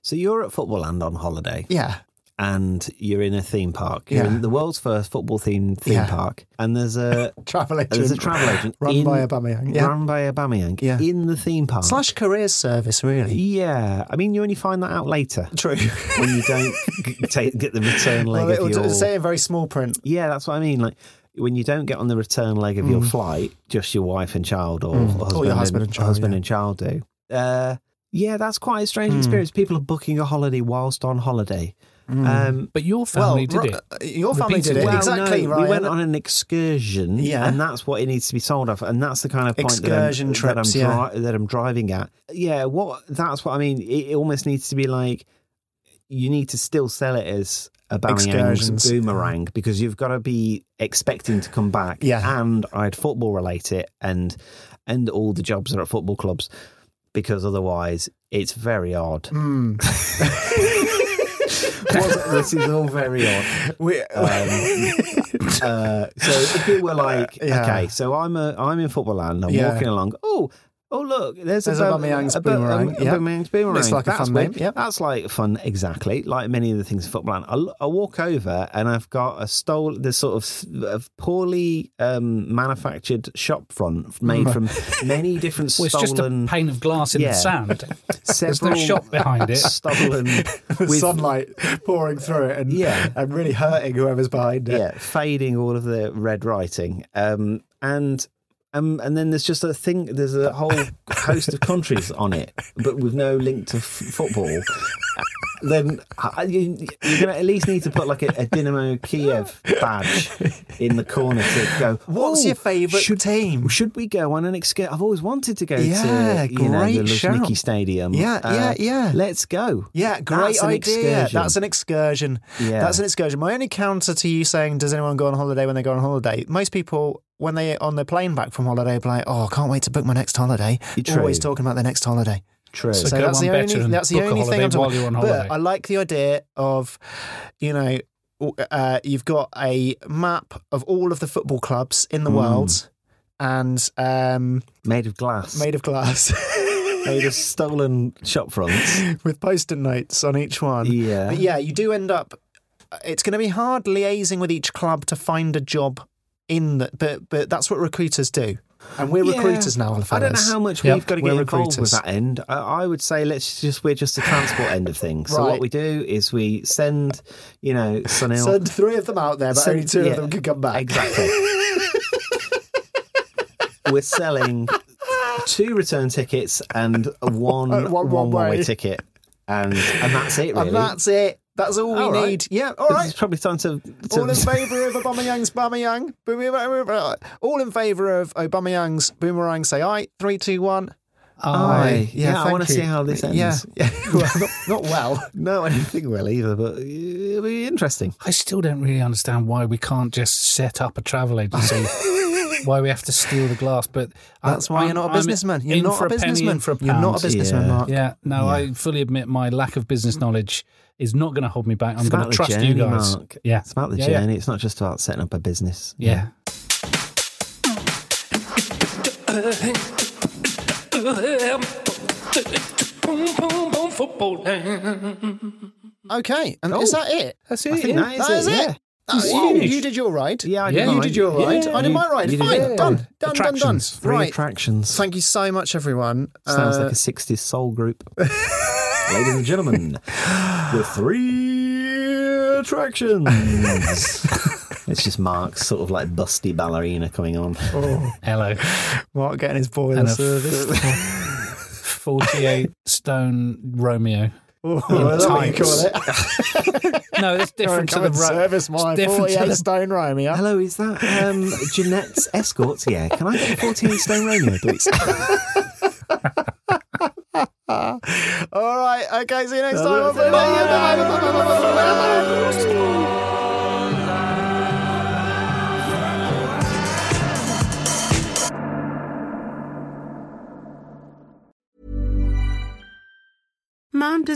C: So you're at Football Land on holiday
A: Yeah,
C: and you're in a theme park. You're
A: Yeah.
C: in the world's first football themed theme
A: Yeah.
C: park. And there's a
A: travel agent.
C: and there's a travel agent
A: run
C: in,
A: by Aubameyang. Yeah,
C: run by Aubameyang
A: Yeah.
C: in the theme park.
A: slash career service really.
C: Yeah, I mean, you only find that out later
A: True.
C: when you don't g- take, get the return leg
A: well, it'll
C: of your.
A: d- say in very small print.
C: Yeah, that's what I mean. Like when you don't get on the return leg of your flight, just your wife and child, or,
A: Mm. Or
C: husband,
A: your husband and child,
C: husband
A: yeah. Mm.
C: and child do. Uh, yeah, that's quite a strange experience. People are booking a holiday whilst on holiday.
A: Mm.
C: Um,
B: But your family
A: well,
B: did
A: ro-
B: it.
A: Your family did it
B: Repeatedly.
C: well,
A: exactly
C: no,
A: right.
C: We went on an excursion,
A: Yeah.
C: and that's what it needs to be sold off, and that's the kind of point
A: Excursion
C: that I'm,
A: trips,
C: that, I'm
A: yeah.
C: dri- that I'm driving at. Yeah, what that's what I mean. It, it almost needs to be like you need to still sell it as a
A: Excursions.
C: Bamiyang's boomerang because you've got to be expecting to come back.
A: Yeah.
C: and I'd football relate it, and and all the jobs are at football clubs because otherwise it's very odd. this is all very odd.
A: We-
C: Um, Uh, so if it were like,
A: Yeah.
C: okay, so I'm a, I'm in football land, I'm
A: Yeah.
C: walking along. Oh, oh look, there's,
A: There's
C: a,
A: Aubameyang's
C: Bo-
A: boomerang,
C: A,
A: yeah.
C: Aubameyang's boomerang.
A: Looks like a
C: That's
A: fun
C: weird.
A: name, yeah.
C: That's like fun, exactly. Like many of the things in football land. I, l- I walk over and I've got a stole, this sort of, s- of poorly um, manufactured shop front made from many different
B: Well,
C: stolen.
B: it's just a pane of glass in
C: Yeah.
B: the sand. There's no
C: several
B: shop behind it.
C: Stolen
A: the
C: with
A: sunlight pouring through it and,
C: Yeah.
A: and really hurting whoever's behind it.
C: yeah, fading all of the red writing. Um, and um, and then there's just a thing. There's a whole host of countries on it, but with no link to f- football. Then I, you, you're going to at least need to put like a, a Dynamo Kiev badge in the corner to go.
A: What's
C: "Oh,
A: your favourite
C: should-
A: team?
C: Should we go on an excursion? I've always wanted to go
A: Yeah,
C: to you know, the
A: great shout.
C: Luzhniki Stadium. Uh,
A: Yeah, yeah, yeah.
C: Let's go.
A: Yeah, great
C: That's an
A: idea.
C: excursion.
A: That's an excursion.
C: Yeah.
A: That's an excursion. My only counter to you saying, does anyone go on holiday when they go on holiday? Most people, when they're on the plane back from holiday, be like, oh, I can't wait to book my next holiday.
C: True.
A: Always talking about their next holiday.
C: True.
B: So go
A: that's
B: one
A: the
B: better
A: only,
B: and
A: that's the
B: book a
A: only thing
B: holiday
A: I'm talking
B: while you're on
A: about.
B: holiday.
A: But I like the idea of, you know, w- uh, you've got a map of all of the football clubs
C: Hmm.
A: in the world and um,
C: made of glass.
A: made of glass.
C: made of stolen shop fronts.
A: with post-it notes on each one.
C: Yeah.
A: but yeah, you do end up. It's going to be hard liaising with each club to find a job in that, but but that's what recruiters do, and we're recruiters now.
C: I don't know
A: fellas.
C: how much
A: Yep,
C: we've got to
A: we're
C: get involved
A: recruiters.
C: with that end. I, I would say let's just we're just the transport end of things. So
A: Right.
C: what we do is we send, you know, Sunil.
A: Send three of them out there, but
C: send-
A: only two
C: yeah,
A: of them can come back.
C: Exactly. we're selling two return tickets and a
A: One
C: one one
A: one-way.
C: one-way ticket, and and that's it really.
A: And that's it. That's all we
C: All right.
A: need. Yeah. All right.
C: It's probably time to, to
A: All in favour of Aubameyang's Bamiyang. Boomerang- All in favour of Aubameyang's boomerang. Say aye. Three, two, one.
C: Aye. Yeah, I
A: thank
C: wanna
A: you.
C: see how this
A: Yeah.
C: ends.
A: yeah. well, not, not well.
C: No, I don't think we'll either, but it'll be interesting.
B: I still don't really understand why we can't just set up a travel agency. why we have to steal the glass, but I-
A: That's why
B: I'm-
A: you're not a
B: I'm
A: businessman. You're
B: in
A: not
B: for
A: a
B: penny, in
A: businessman.
B: for a
A: You're not
B: pound.
A: a businessman,
C: Uh, Yeah.
A: Mark.
B: Yeah, no, I fully admit my lack of business knowledge is not going to hold me back. I'm
C: It's
B: going
C: about the
B: to trust
C: journey,
B: you guys.
C: Mark.
B: Yeah,
C: It's about the
B: Yeah, yeah.
C: journey. It's not just about setting up a business.
B: Yeah.
D: Boom, boom, boom, football land.
A: Okay, and is
C: Oh.
A: that it?
B: That's
C: I
B: it.
C: think
B: yeah.
C: that is
A: That is
C: it.
A: it.
C: yeah.
A: Oh,
C: It's
A: you,
C: huge.
A: you did your ride.
C: Yeah, I did
A: You
C: mine.
A: did your ride.
C: Yeah.
A: I did my ride.
C: You did
A: Fine.
C: it.
A: Done. Done. Done. Done.
B: Attractions.
C: Three
A: Right.
C: attractions.
A: Thank you so much, everyone.
C: Sounds
A: Uh,
C: like a 60s soul group. Ladies and gentlemen, the three attractions. it's just Mark's sort of like busty ballerina coming on.
B: Hello.
A: Mark getting his boiler
B: And a
A: service.
B: 48 stone Romeo.
A: Oh, that's what you
B: tights.
A: call it.
B: No, it's different to
A: Come
B: the
A: and
B: Ro-
A: service my
B: different to
A: 48
B: the-
A: stone Romeo.
C: Hello, is that um, Jeanette's escorts? Yeah, can I get a 14 stone Romeo, please?
A: Ah. All right. Okay. See you next
C: Hello.
A: time. Bye. Bye. Bye. Bye. Bye. Bye. Bye.
H: Mom